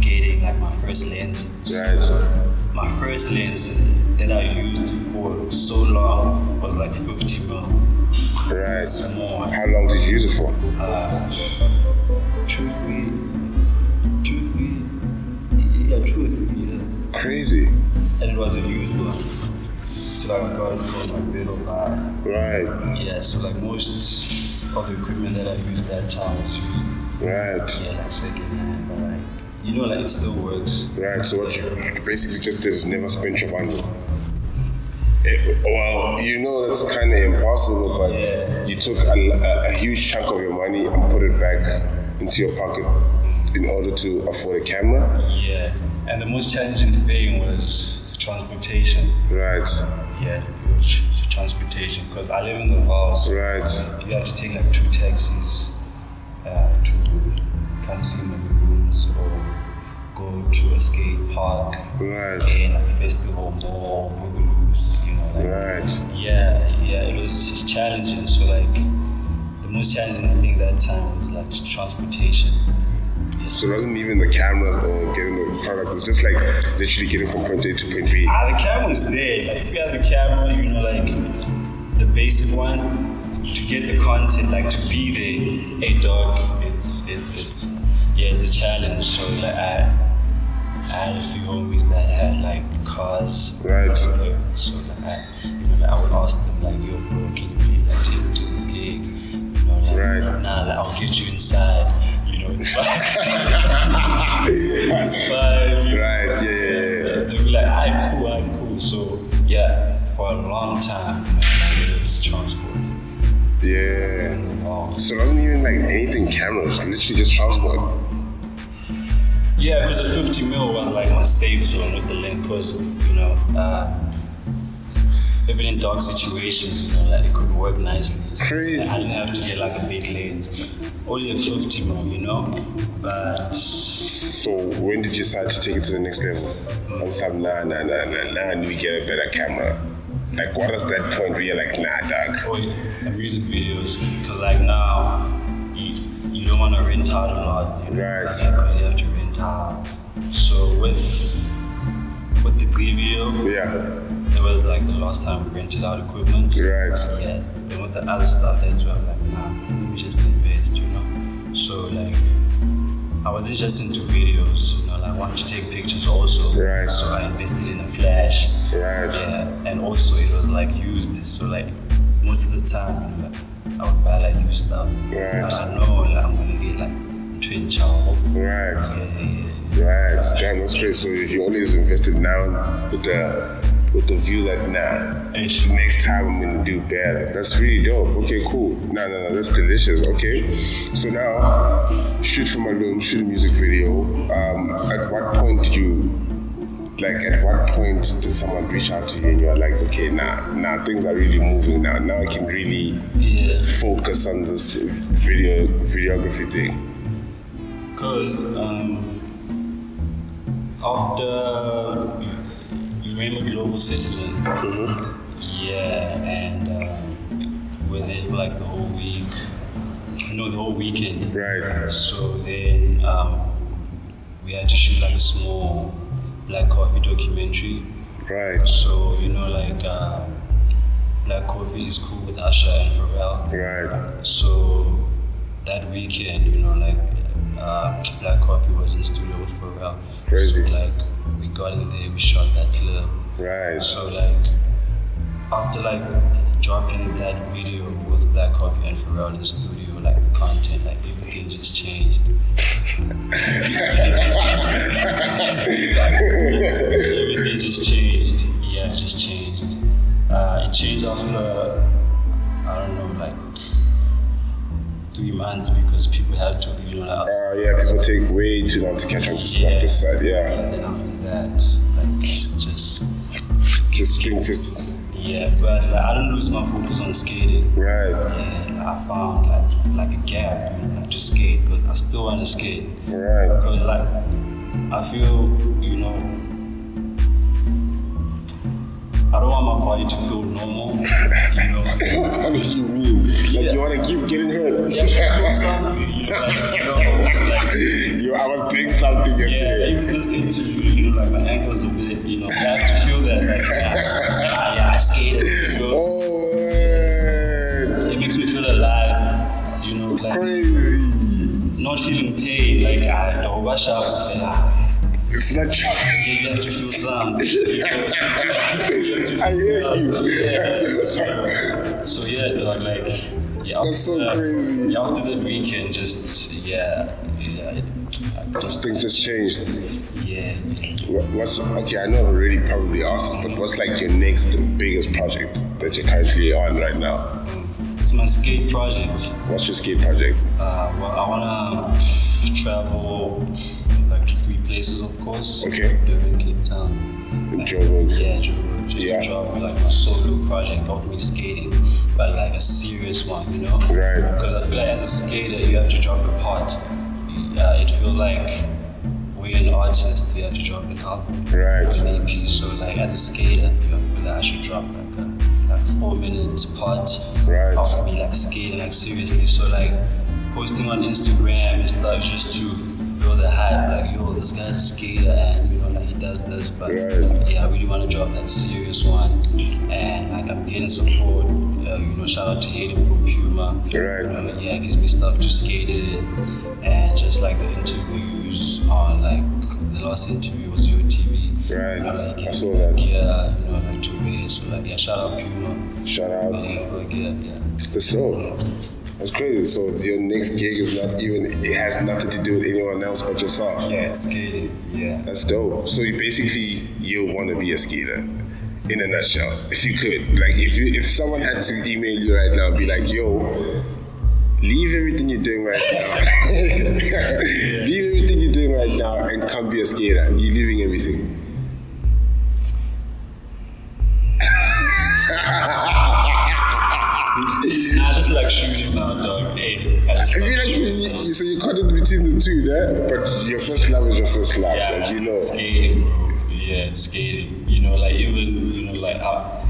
C: getting like my first lens.
B: Right.
C: My first lens that I used for so long was like 50 mil.
B: Right.
C: Small.
B: How long did you use it for?
C: Uh, two, three, two, three, yeah, two or three years.
B: Crazy.
C: And it was a used one. So I got it from my middle buy.
B: Right.
C: Yeah, so like most of the equipment that I used that time was used,
B: Right.
C: yeah, like second hand, but like, you know, like it still works.
B: Right. So what you you basically just did is never spent your money. Eh, well, you know that's kind of impossible, but
C: Yeah.
B: you took a, a- a huge chunk of your money and put it back into your pocket in order to afford a camera.
C: Yeah, and the most challenging thing was transportation.
B: Right.
C: Yeah, huge transportation, because I live in the Val, so
B: Right.
C: you have to take like two taxis uh, to come see my rooms or go to a skate park.
B: Right.
C: And like festival mall, boogaloo's, you know, like
B: Right.
C: Yeah, yeah, it was challenging. So like, the most challenging thing that time was like transportation.
B: So it wasn't even the camera or getting the product. It's just like literally getting from point A to point B.
C: Ah, the camera's there. Like, if you have the camera, you know, like the basic one, to get the content, like to be there, hey dog, it's it's it's yeah, it's a challenge. So like, I. I had a few homies that had like cars,
B: Right.
C: So like, I, you know, like, I would ask them like, "Yo, bro, can you please like take me to this gig?" You know, like,
B: Right.
C: Nah, like, I'll get you inside. You know, it's fine. it's fine. you know.
B: Right, yeah, yeah, yeah.
C: They were like, I cool, I cool. So yeah, for a long time, man, it was transport.
B: Yeah.
C: Wow.
B: So it wasn't even like anything cameras, literally just transport.
C: Yeah, because the 50 mil was like my safe zone with the link, because you know, uh, even in dark situations, you know, like it could work nicely. So
B: Crazy.
C: I didn't have to get like a big lens, only a 50 mil, you know. But
B: So when did you decide to take it to the next level? And some nah nah nah nah nah and we get a better camera. Like what is that point where you're like, nah dog.
C: for music videos, because like now, you, you don't want to rent out a lot, you know,
B: Right.
C: Because you have to rent out. So with with the Glee video,
B: Yeah.
C: It was like the last time we rented out equipment.
B: Right.
C: Yeah. Then with the other stuff, that's where I'm like, nah, let me just invest, you know? So, like, I wasn't just into videos, you know, like, I wanted to take pictures also.
B: Right.
C: So I invested in a flash.
B: Right.
C: Yeah. And also, it was like used. So, like, most of the time, you know, like, I would buy like new stuff.
B: Right.
C: But I know like, I'm going to get like twin child.
B: Right.
C: Yeah, yeah, yeah.
B: Right. Damn, that's crazy. So you always invested now with the with the view that nah.
C: Hey,
B: The next time I'm gonna do better. That's really dope. Okay, cool. No, no, no, that's delicious. Okay, so now shoot from my room, shoot a music video. Um, at what point did you, like, at what point did someone reach out to you and you are like, okay, nah, nah, things are really moving now. Now I can really
C: yeah.
B: focus on this video videography thing.
C: Because um, after you became a global citizen, yeah, and um, we were there for like the whole week, no, the whole weekend.
B: Right.
C: So then um, we had to shoot like a small black coffee documentary.
B: Right.
C: So, you know, like uh, black coffee is cool with Usher and Pharrell.
B: Right.
C: So that weekend, you know, like uh, Black Coffee was in studio with Pharrell.
B: Crazy.
C: So, like we got in there, we shot that clip.
B: Right.
C: So like after like dropping that video with Black Coffee and Pharrell in the studio, like the content, like everything just changed. everything just changed. Yeah, it just changed. Uh, it changed after I don't know, like three months because people had to, you know, like,
B: Uh, yeah, people take way too long to catch on to stuff this side. Yeah.
C: And then after that, like just
B: Just things just
C: Yeah, but like, I don't lose my focus on skating.
B: Right,
C: And I found like like a gap, you know, like to skate, because I still want to skate.
B: right.
C: Because like I feel, you know, I don't want my body to feel normal, you know.
B: What do you mean? Like you want to keep getting hurt?
C: Yeah, feel something, you know, like, you know, like
B: Yo, I was doing something
C: Yeah,
B: yesterday.
C: even this interview, you know, like my ankles a bit, you know, I have to feel that, like, yeah, yeah, I skated, you know,
B: Oh, word.
C: it makes me feel alive, you know, like,
B: crazy.
C: not feeling pain, like, I don't wash up, and I,
B: It's not your.
C: yeah, you have to feel some. you know.
B: I hear
C: Yeah,
B: you.
C: so, so yeah, dog, like, yeah,
B: That's so
C: after-
B: crazy.
C: yeah, After the weekend, just, yeah, yeah, I just,
B: Things just changed.
C: yeah,
B: What- What's okay? I know I already probably asked, this, but what's like your next biggest project that you're currently on right now?
C: it's my skate project.
B: What's your skate project?
C: Uh, well, I wanna travel like to three places, of course.
B: Okay.
C: Durban, Cape Town.
B: In Joburg.
C: Yeah, Joburg. Just
B: Yeah.
C: to travel like my solo project of me skating, but like a serious one, you know?
B: Right.
C: Because I feel like as a skater, you have to drop a part. Uh, it feels like we're an artist, you have to drop an album,
B: Right.
C: an EP. So like as a skater, you know, I feel like I should drop like a like four minute part
B: Right.
C: of me like skating like seriously. So like posting on Instagram and stuff just to build the hype. Like yo, this guy's a skater and you know like he does this. But
B: Right.
C: yeah, I really want to drop that serious one. And like I'm getting support. Uh, you know, shout out to Hayden from Puma.
B: Right.
C: Uh, yeah, gives me stuff to skate in and just like the interviews on like the last interview was your TV.
B: Right.
C: You know, like,
B: I saw that.
C: Yeah, you know, like to wear. So like yeah, shout out Puma.
B: Shout out.
C: Yeah, fuck yeah, yeah.
B: That's so. That's crazy. So your next gig is not even. It has nothing to do with anyone else but yourself.
C: Yeah, it's skating. Yeah.
B: That's dope. So you basically you want to be a skater, in a nutshell. If you could, like, if you if someone had to email you right now, be like, yo, leave everything you're doing right now, leave everything you're doing right now, and come be a skater. You're leaving everything.
C: Nah, I just like shooting now, dog. Hey, I just
B: I
C: like,
B: feel like you, you, so you caught it between the two, yeah? But your first love is your first love,
C: yeah,
B: like you know.
C: skating, bro. Yeah, it's skating. You know, like even you know, like I,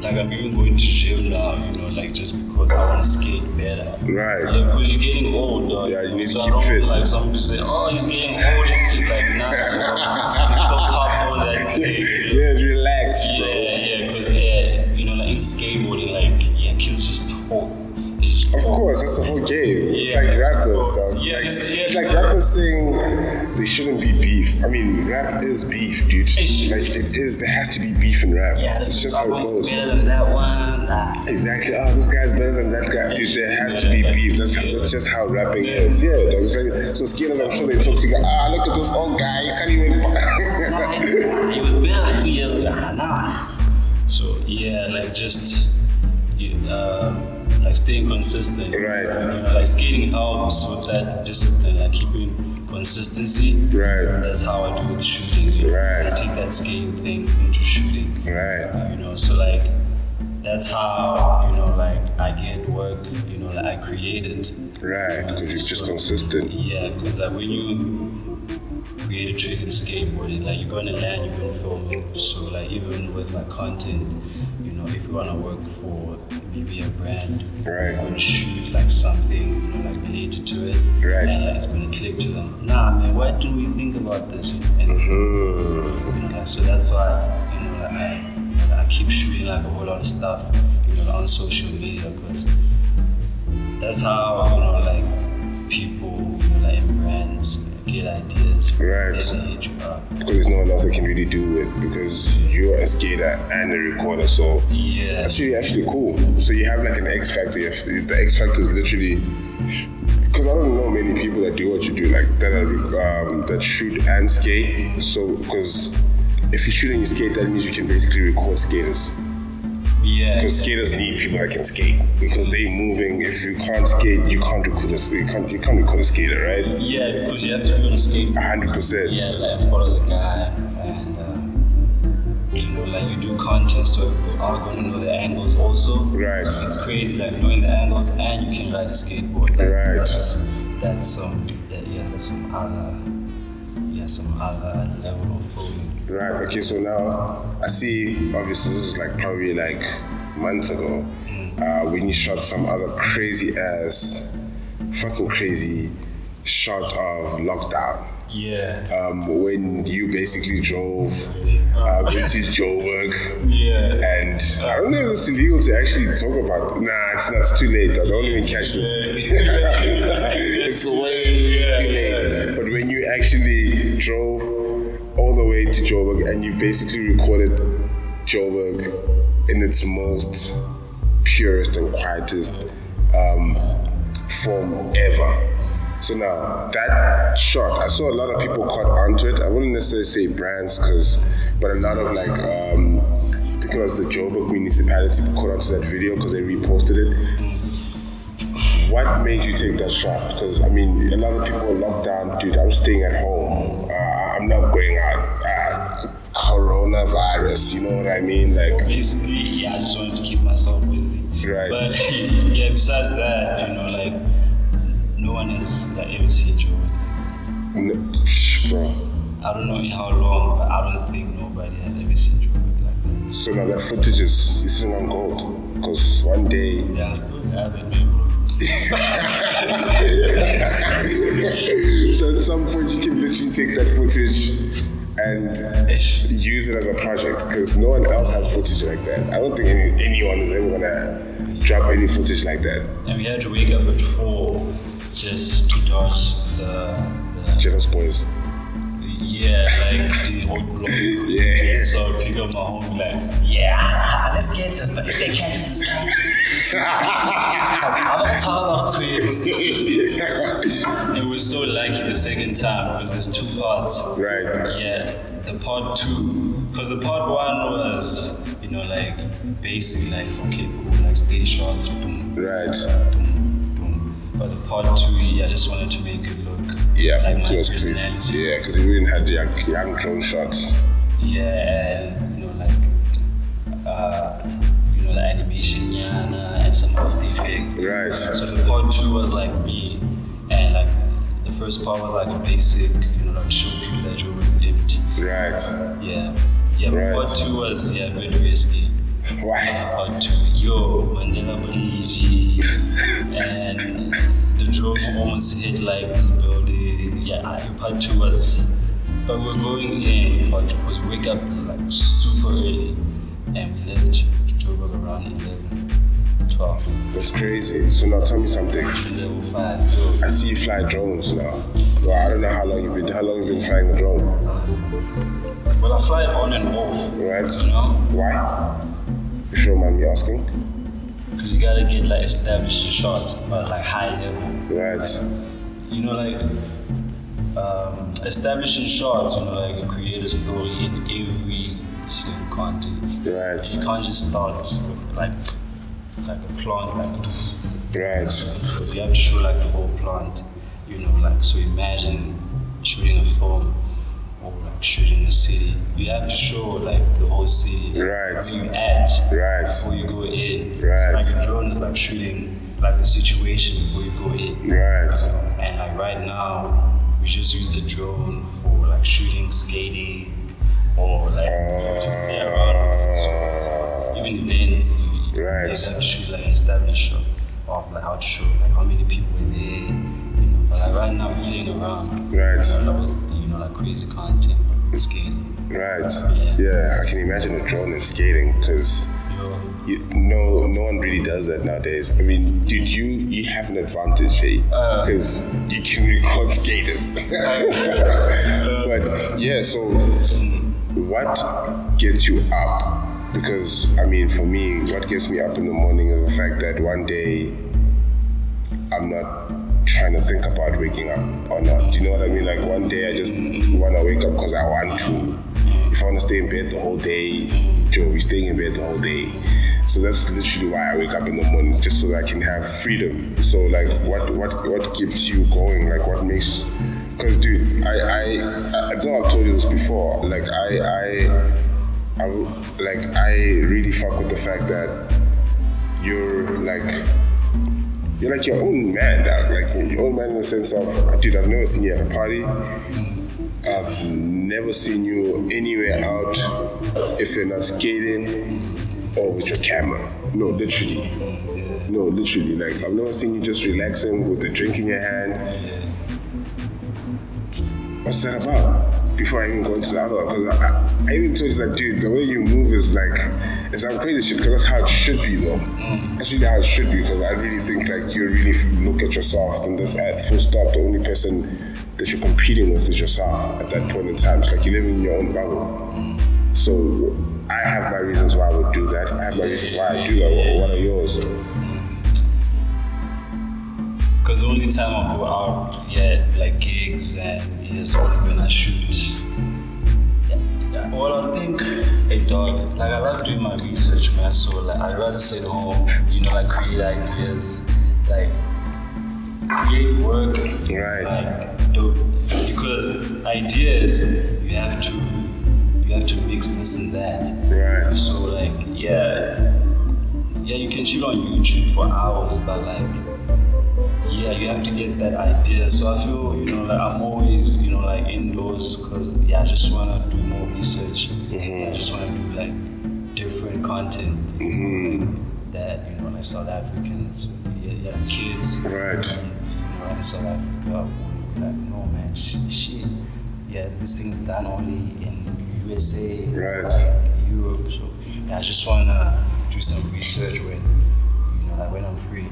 C: like I'm even going to gym now. You know, like just because I want to skate better.
B: Right.
C: Yeah, because you're getting old, dog.
B: Yeah, you need to
C: so I
B: keep
C: don't
B: fit.
C: Like some people say, oh, he's getting old. It's just like nah, bro. It's still pop all that thing.
B: yeah, relax,
C: Yeah,
B: bro.
C: yeah, because yeah, you know, like in skateboarding, like yeah, kids just talk. They just
B: Of
C: talk.
B: course, that's the whole game. It's
C: Yeah.
B: like rappers, dog.
C: Yeah,
B: like,
C: it's- yeah,
B: it's
C: it's
B: like
C: like-
B: rappers saying they shouldn't be beef. I mean, rap is beef, dude.
C: It should.
B: like it is. There has to be beef in rap.
C: Yeah,
B: it's
C: this
B: just
C: is
B: how it goes.
C: almost better than that one. Nah.
B: Exactly. Oh, this guy's better than that guy, dude. There has to be beef. That's that's just how rapping is. Yeah, dog. It's like so. Skaters, I'm sure they talk to guys. Ah, look at this old guy. He can't even.
C: It was better like two years ago. Ah, Nah. So yeah, like just you, um, like staying consistent.
B: Right.
C: You know, like skating helps with that discipline, like keeping consistency.
B: Right.
C: That's how I do with shooting. You know?
B: Right.
C: I take that skating thing into shooting. Uh,
B: right.
C: you know so like that's how you know like i get work you know like i create it
B: Right. Because it's just consistent.
C: yeah because like when you create a trick in skateboarding like you're gonna land you're gonna film it so like even with my content you know if you wanna work for maybe a brand
B: Right.
C: you're gonna shoot like something you know like related to it
B: Right.
C: and like, it's gonna click to them nah man why didn't we think about this and
B: Mm-hmm. Mm,
C: you know, like, so that's why you know like, I, I keep shooting like a whole lot of stuff you know on social media because that's how you know like people you know, like brands get ideas
B: Right.
C: as they age up.
B: because there's no one else that can really do it. Because you're a skater and a recorder, so.
C: yeah
B: That's really actually cool. So you have like an X factor. You have- The X factor is literally because I don't know many people that do what you do, like that are um, that shoot and skate. So because if you shoot and you skate, that means you can basically record skaters.
C: yeah
B: Because skaters need people that can skate because they moving. If you can't skate, you can't record a you can't you can't record a skater, right?
C: yeah because you have to be on a skateboard
B: hundred percent.
C: yeah like follow the guy and um, you know like you we do content, so we are going to know the angles also.
B: Right.
C: So it's crazy, like knowing the angles, and you can ride a skateboard. Like,
B: Right.
C: That's, that's some, yeah, yeah, that's some other, yeah, some other level of fooling.
B: Right. Okay. So now I see. Obviously, this is like probably like months ago uh, when you shot some other crazy ass, fucking crazy shot of lockdown.
C: Yeah.
B: Um, when you basically drove uh, into Joburg.
C: yeah.
B: And I don't know if it's illegal to actually talk about. Nah, it's not. It's too late. I don't even catch this. it's way
C: Yeah,
B: too
C: yeah.
B: late. But when you actually drove all the way to Joburg and you basically recorded Joburg in its most purest and quietest um, form ever. So now that shot, I saw a lot of people caught onto it. I wouldn't necessarily say brands, because, but a lot of like, um, I think it was the Joburg municipality caught onto that video because they reposted it. What made you take that shot? Because I mean, a lot of people are locked down, dude. I'm staying at home. Uh, I'm not going out. Uh, coronavirus, you know what I mean? Like,
C: basically, yeah, I just wanted to keep myself busy.
B: Right.
C: But yeah, besides that, you know, like no one has like, ever seen Joe.
B: n- bro.
C: I don't know in how long, but I don't think nobody has ever seen Joe like that.
B: So now that footage is is sitting on gold. Because one day,
C: They are still there, they may, bro.
B: so at some point you can literally take that footage and
C: Ish.
B: use it as a project. Because no one else has footage like that. I don't think any, anyone is ever gonna drop any footage like that.
C: And we had to wake up at four just to dodge the, the
B: Jealous boys.
C: yeah, like the whole block.
B: Yeah.
C: So I pick up my home like, yeah, let's get this. If they catch this, I'm gonna talk about twins.
B: right.
C: It was so lucky the second time because there's two parts. Yeah, the part two. Because the part one was, you know, like basic, like, okay, cool, like stage shots, boom,
B: Right.
C: boom, boom. But the part two, yeah, I just wanted to make it look
B: Yeah,
C: like
B: it
C: my
B: was crazy.
C: personality.
B: Yeah, because you even had young, young drone shots.
C: Yeah, and, you know, like, uh, you know, the animation, yeah, and, uh, and some of the effects.
B: Right.
C: So the part two was like me, and like the first part was like a basic, you know, like show people that you was empty.
B: Right.
C: Yeah. Yeah,
B: Right.
C: but part two was, yeah, very risky. Uh,
B: Why?
C: Part two, yo, Mandela Buliji, and the drone almost hit like this building. Yeah, I- part two was, but we're going in with part two, was wake up like super early, and we left Joburg around 11, 12,
B: That's crazy. So now tell me something.
C: level 5, yo.
B: I see you fly drones now. Well, I don't know how long you've been. How long you been flying the drone?
C: Well, I fly on and off,
B: Right.
C: you know,
B: Why? If you don't mind me asking.
C: because you gotta get like established shots, but like high level.
B: Right.
C: you know, like um, establishing shots, you know, like create a story in every single content.
B: Right.
C: You can't just start with like like a plant, like
B: Right.
C: because you have to show like the whole plant, you know, like so imagine shooting a film or like shooting a city. You have to show like the whole city
B: Right.
C: where you at
B: Right.
C: before you go in.
B: Right.
C: So, like a drone is like shooting like the situation before you go in.
B: Right.
C: And like right now, we just use the drone for like shooting, skating, or like you know, just play around. with it. So, it's- uh, even events, you, you-
B: Right.
C: they have to shoot like established shot of like how to show like how many people were there. You know, but like right now, playing around.
B: Right.
C: You know, like, you know, like crazy content, like skating.
B: Right.
C: Yeah.
B: Yeah, I can imagine a drone and skating because
C: Yo,
B: no, no one really does that nowadays. I mean, dude, you you have an advantage, hey,
C: Uh.
B: because you can record skaters. but yeah, so what gets you up? Because I mean, for me, what gets me up in the morning is the fact that one day I'm not trying to think about waking up or not. Do you know what I mean? Like one day I just want to wake up because I want to. If I want to stay in bed the whole day, Joe, we staying in bed the whole day. So that's literally why I wake up in the morning, just so that I can have freedom. So like, what what what keeps you going? Like, what makes? Because dude, I I I, I thought I've told you this before. Like I I I w- like I really fuck with the fact that you're like you're like your own man, dog. Like your own man in the sense of, dude, I've never seen you at a party. I've never seen you anywhere out if you're not skating or with your camera. No, literally. No, literally. Like I've never seen you just relaxing with a drink in your hand. What's that about? Before I even go into the other one, because I, I, I even told you that, dude, the way you move is like, it's some crazy shit. Because that's how it should be, though. That's really how it should be. Because I really think like you really if you look at yourself, then that's at full stop. The only person that you're competing with is yourself at that point in time. It's like you're living in your own bubble. So I have my reasons why I would do that. I have my reasons why I do that. What- What are yours?
C: Because the only time I go out, yeah, like gigs and it's only when I shoot. Yeah, yeah. Well, I think a dog. Like I love doing my research, man. So like I'd rather sit home, you know, like create ideas, like create work.
B: Right.
C: Like do because ideas you have to you have to mix this and that.
B: Right.
C: So like yeah, yeah, you can chill on YouTube for hours, but like yeah, you have to get that idea. So I feel you know like I'm always you know like indoors because yeah, I just wanna do more research. I just wanna do like different content like, that you know like South Africans, yeah, yeah kids,
B: Right.
C: You know, in South Africa, like no man, sh- shit. Yeah, this thing's done only in USA,
B: Right.
C: like, Europe. So yeah, I just wanna do some research when you know, like when I'm free,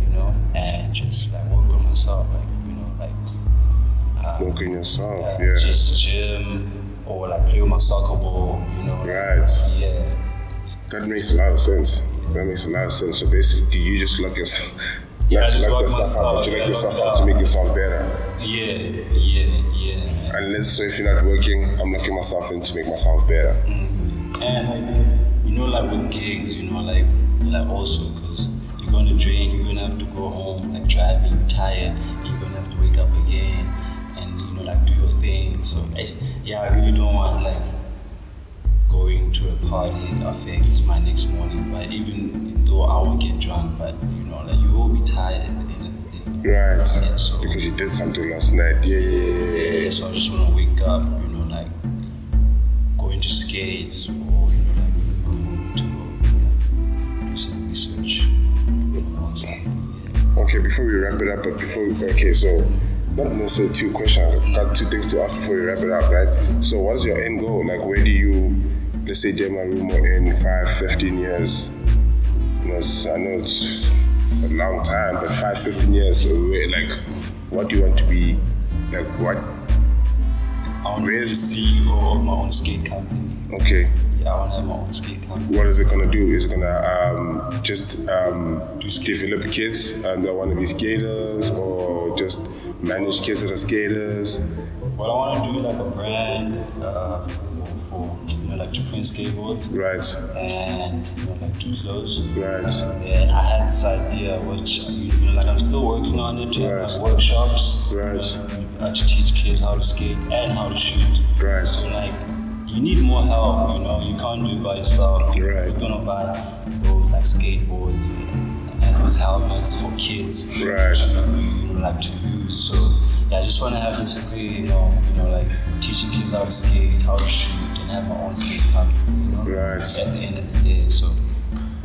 C: you know, and just like work on myself, like you know, like uh,
B: Look in yourself.
C: uh,
B: Yeah.
C: just gym or like play with my soccer ball, you know. like,
B: Right.
C: Yeah.
B: That makes a lot of sense. That makes a lot of sense. So basically, you just lock yourself,
C: Yeah, I
B: lock,
C: just
B: lock
C: lock
B: yourself up,
C: myself,
B: but you
C: yeah,
B: lock yourself
C: lock
B: up to
C: down.
B: make yourself better.
C: Yeah. Yeah. Yeah.
B: Unless so, if you're not working, I'm locking myself in to make myself better.
C: Mm. And like, you know, like with gigs, you know, like, like also because you're gonna drain, you're gonna have to go home, like driving, you're tired, you're gonna have to wake up again, and you know, like do your thing. So I, yeah, I really don't want like going to a party affect my next morning. But even though I will get drunk, but you know, like you will be tired at the end of the day.
B: Right.
C: Yeah, so-
B: Because you did something last night. Yeah, yeah, yeah, yeah,
C: Yeah,
B: yeah.
C: so I just want to wake up, you know, like going to skates or you know, like to go like, do some research. you know, on something, yeah.
B: Okay, before we wrap it up, but before okay, so not necessarily two questions. I've got two things to ask before we wrap it up, right? So, what is your end goal? Like, where do you, let's say, Dema Rumo in five, 15 years? You know, it's- I know it's a long time, but five, 15 years away. Like, what do you want to be? Like, what?
C: I want to be the
B: Really?
C: CEO of my own skate company.
B: Okay,
C: Yeah, I want to have my own skate company.
B: what is it gonna do? Is it gonna um, just um, just develop kids and they want to be skaters, or just manage kids that are skaters?
C: What I want to do like a brand uh, for, for you know like to print skateboards
B: Right,
C: and you know like to clothes.
B: right.
C: Yeah, I had this idea, which you know, like I'm still working on it. To have
B: Right.
C: like, workshops,
B: Right.
C: uh, to teach kids how to skate and how to shoot.
B: Right.
C: So like, you need more help. You know, you can't do it by yourself.
B: Right.
C: Who's gonna buy those like skateboards you know, and those helmets for kids?
B: Right.
C: To, you know, like to use. So yeah, I just want to have this thing, you know, you know, like teaching kids how to skate, how to shoot, and have my own skate company. You know?
B: Right.
C: At the end of the day, so.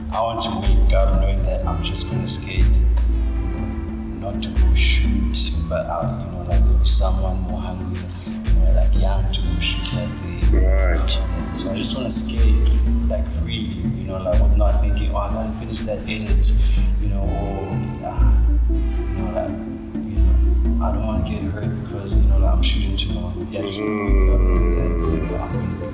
C: I want to wake up knowing that I'm just gonna skate, not to go shoot, but I, you know, like there was someone more hungry, you know, like young to go shoot that day.
B: Right.
C: So I just want to skate like freely, you know, like with not thinking, oh, I gotta finish that edit, you know, or ah, you know, like, you know, I don't want to get hurt because you know, like, I'm shooting tomorrow.
B: Mm.
C: Yeah, you know, I'm gonna do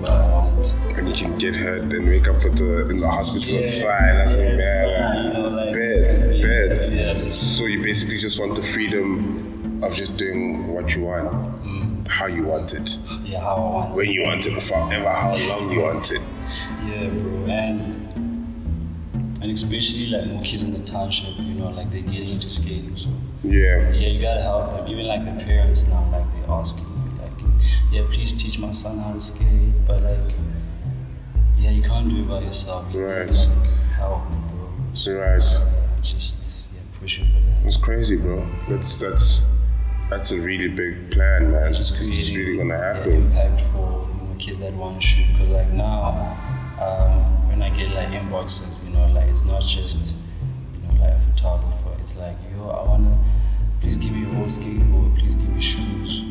C: what I want.
B: And you can get hurt and wake up at the, in the hospital. It's
C: Yeah.
B: fine. That's
C: Yeah,
B: yeah,
C: it's
B: bad.
C: fine, you know, like-
B: bad,
C: Yeah,
B: bad.
C: yeah.
B: So you basically just want the freedom of just doing what you want,
C: Mm.
B: how you want it,
C: Yeah, how I want.
B: when you want it, forever, how long you want it.
C: Yeah, bro, and and especially like more kids in the township, you know, like they're getting into skating. So
B: Yeah.
C: yeah, you gotta help them. Even like the parents now, like they ask me, like, yeah, please teach my son how to skate, but like, can't do it by yourself. You need,
B: Right.
C: Like, help, bro. So,
B: Right.
C: uh, Just yeah, pushing for that.
B: It's crazy, bro. That's that's that's a really big plan, man. It's,
C: Just creating
B: it's really gonna
C: an
B: happen.
C: impact for you know, kids that want to shoot. Because like now, um, when I get like inboxes, you know, like it's not just you know like a photographer. It's like yo, I wanna please give me your old skateboard, please give me shoes,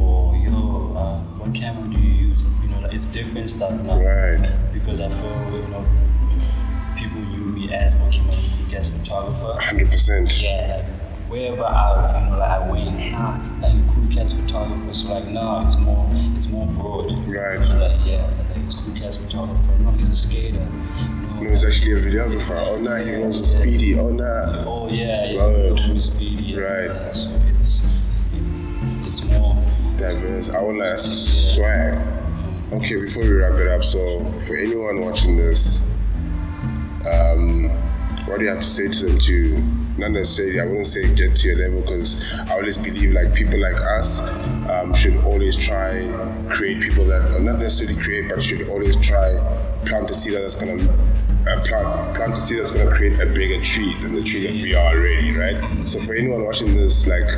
C: or yo, uh, what camera do you use? You know, like it's different stuff now.
B: Right.
C: Because I feel you know people knew me as okay, man, you could guess photographer.
B: Hundred percent.
C: Yeah, like wherever I, you know, like I went, nah, like cool cats photographer. So like now it's more, it's more broad.
B: Right.
C: So like yeah, like it's cool cats photographer. No, he's a skater. No,
B: No, he's actually a videographer. Oh nah, he runs with Speedy. Oh nah.
C: Oh yeah, yeah.
B: Road.
C: no, Miss Speedy. yeah,
B: Right.
C: yeah, so it's, it's more.
B: Diverse. I want like swag. Okay, before we wrap it up, so for anyone watching this, um, what do you have to say to them to not necessarily I wouldn't say get to your level because I always believe like people like us um, should always try create people that or not necessarily create but should always try plant a seed that's gonna uh, plant plant a seed that's gonna create a bigger tree than the tree that we are already right so for anyone watching this like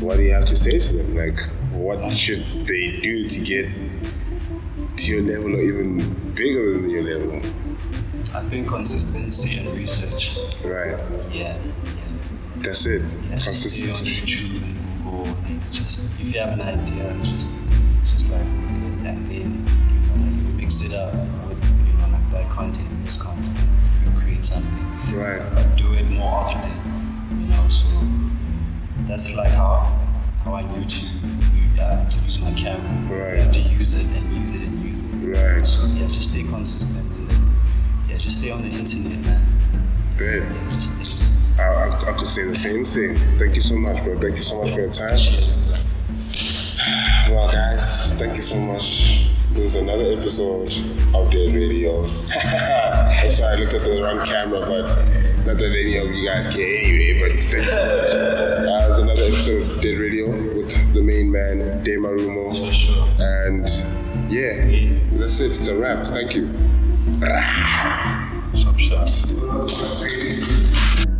B: what do you have to say to them like what should they do to get to your level or even bigger than your level
C: I think consistency and research.
B: right
C: Yeah. yeah.
B: That's it.
C: Yeah, just stay on
B: Consistency.
C: YouTube and Google, like just if you have an idea, just just like and then you know like you mix it up with you know like that content, this content, you create something.
B: Right.
C: Do it more often, you know. So that's like how how I knew to uh, to use my camera,
B: Right.
C: to use it and use it and use it.
B: Right.
C: So yeah, just stay consistent and then yeah, just stay on the internet, man.
B: Great.
C: Yeah, just stay.
B: I, I, I could say the same thing. Thank you so much, bro. Thank you so much for your time. Well, guys, thank you so much. There's another episode of Dead Radio. I'm sorry, I looked at the wrong camera, but not that any of you guys care anyway, but thank you so much. Uh, there's another episode of Dead Radio with the main man, Dave Marumo.
C: For sure.
B: And yeah, that's it. It's a wrap. Thank you.
C: Shop shop.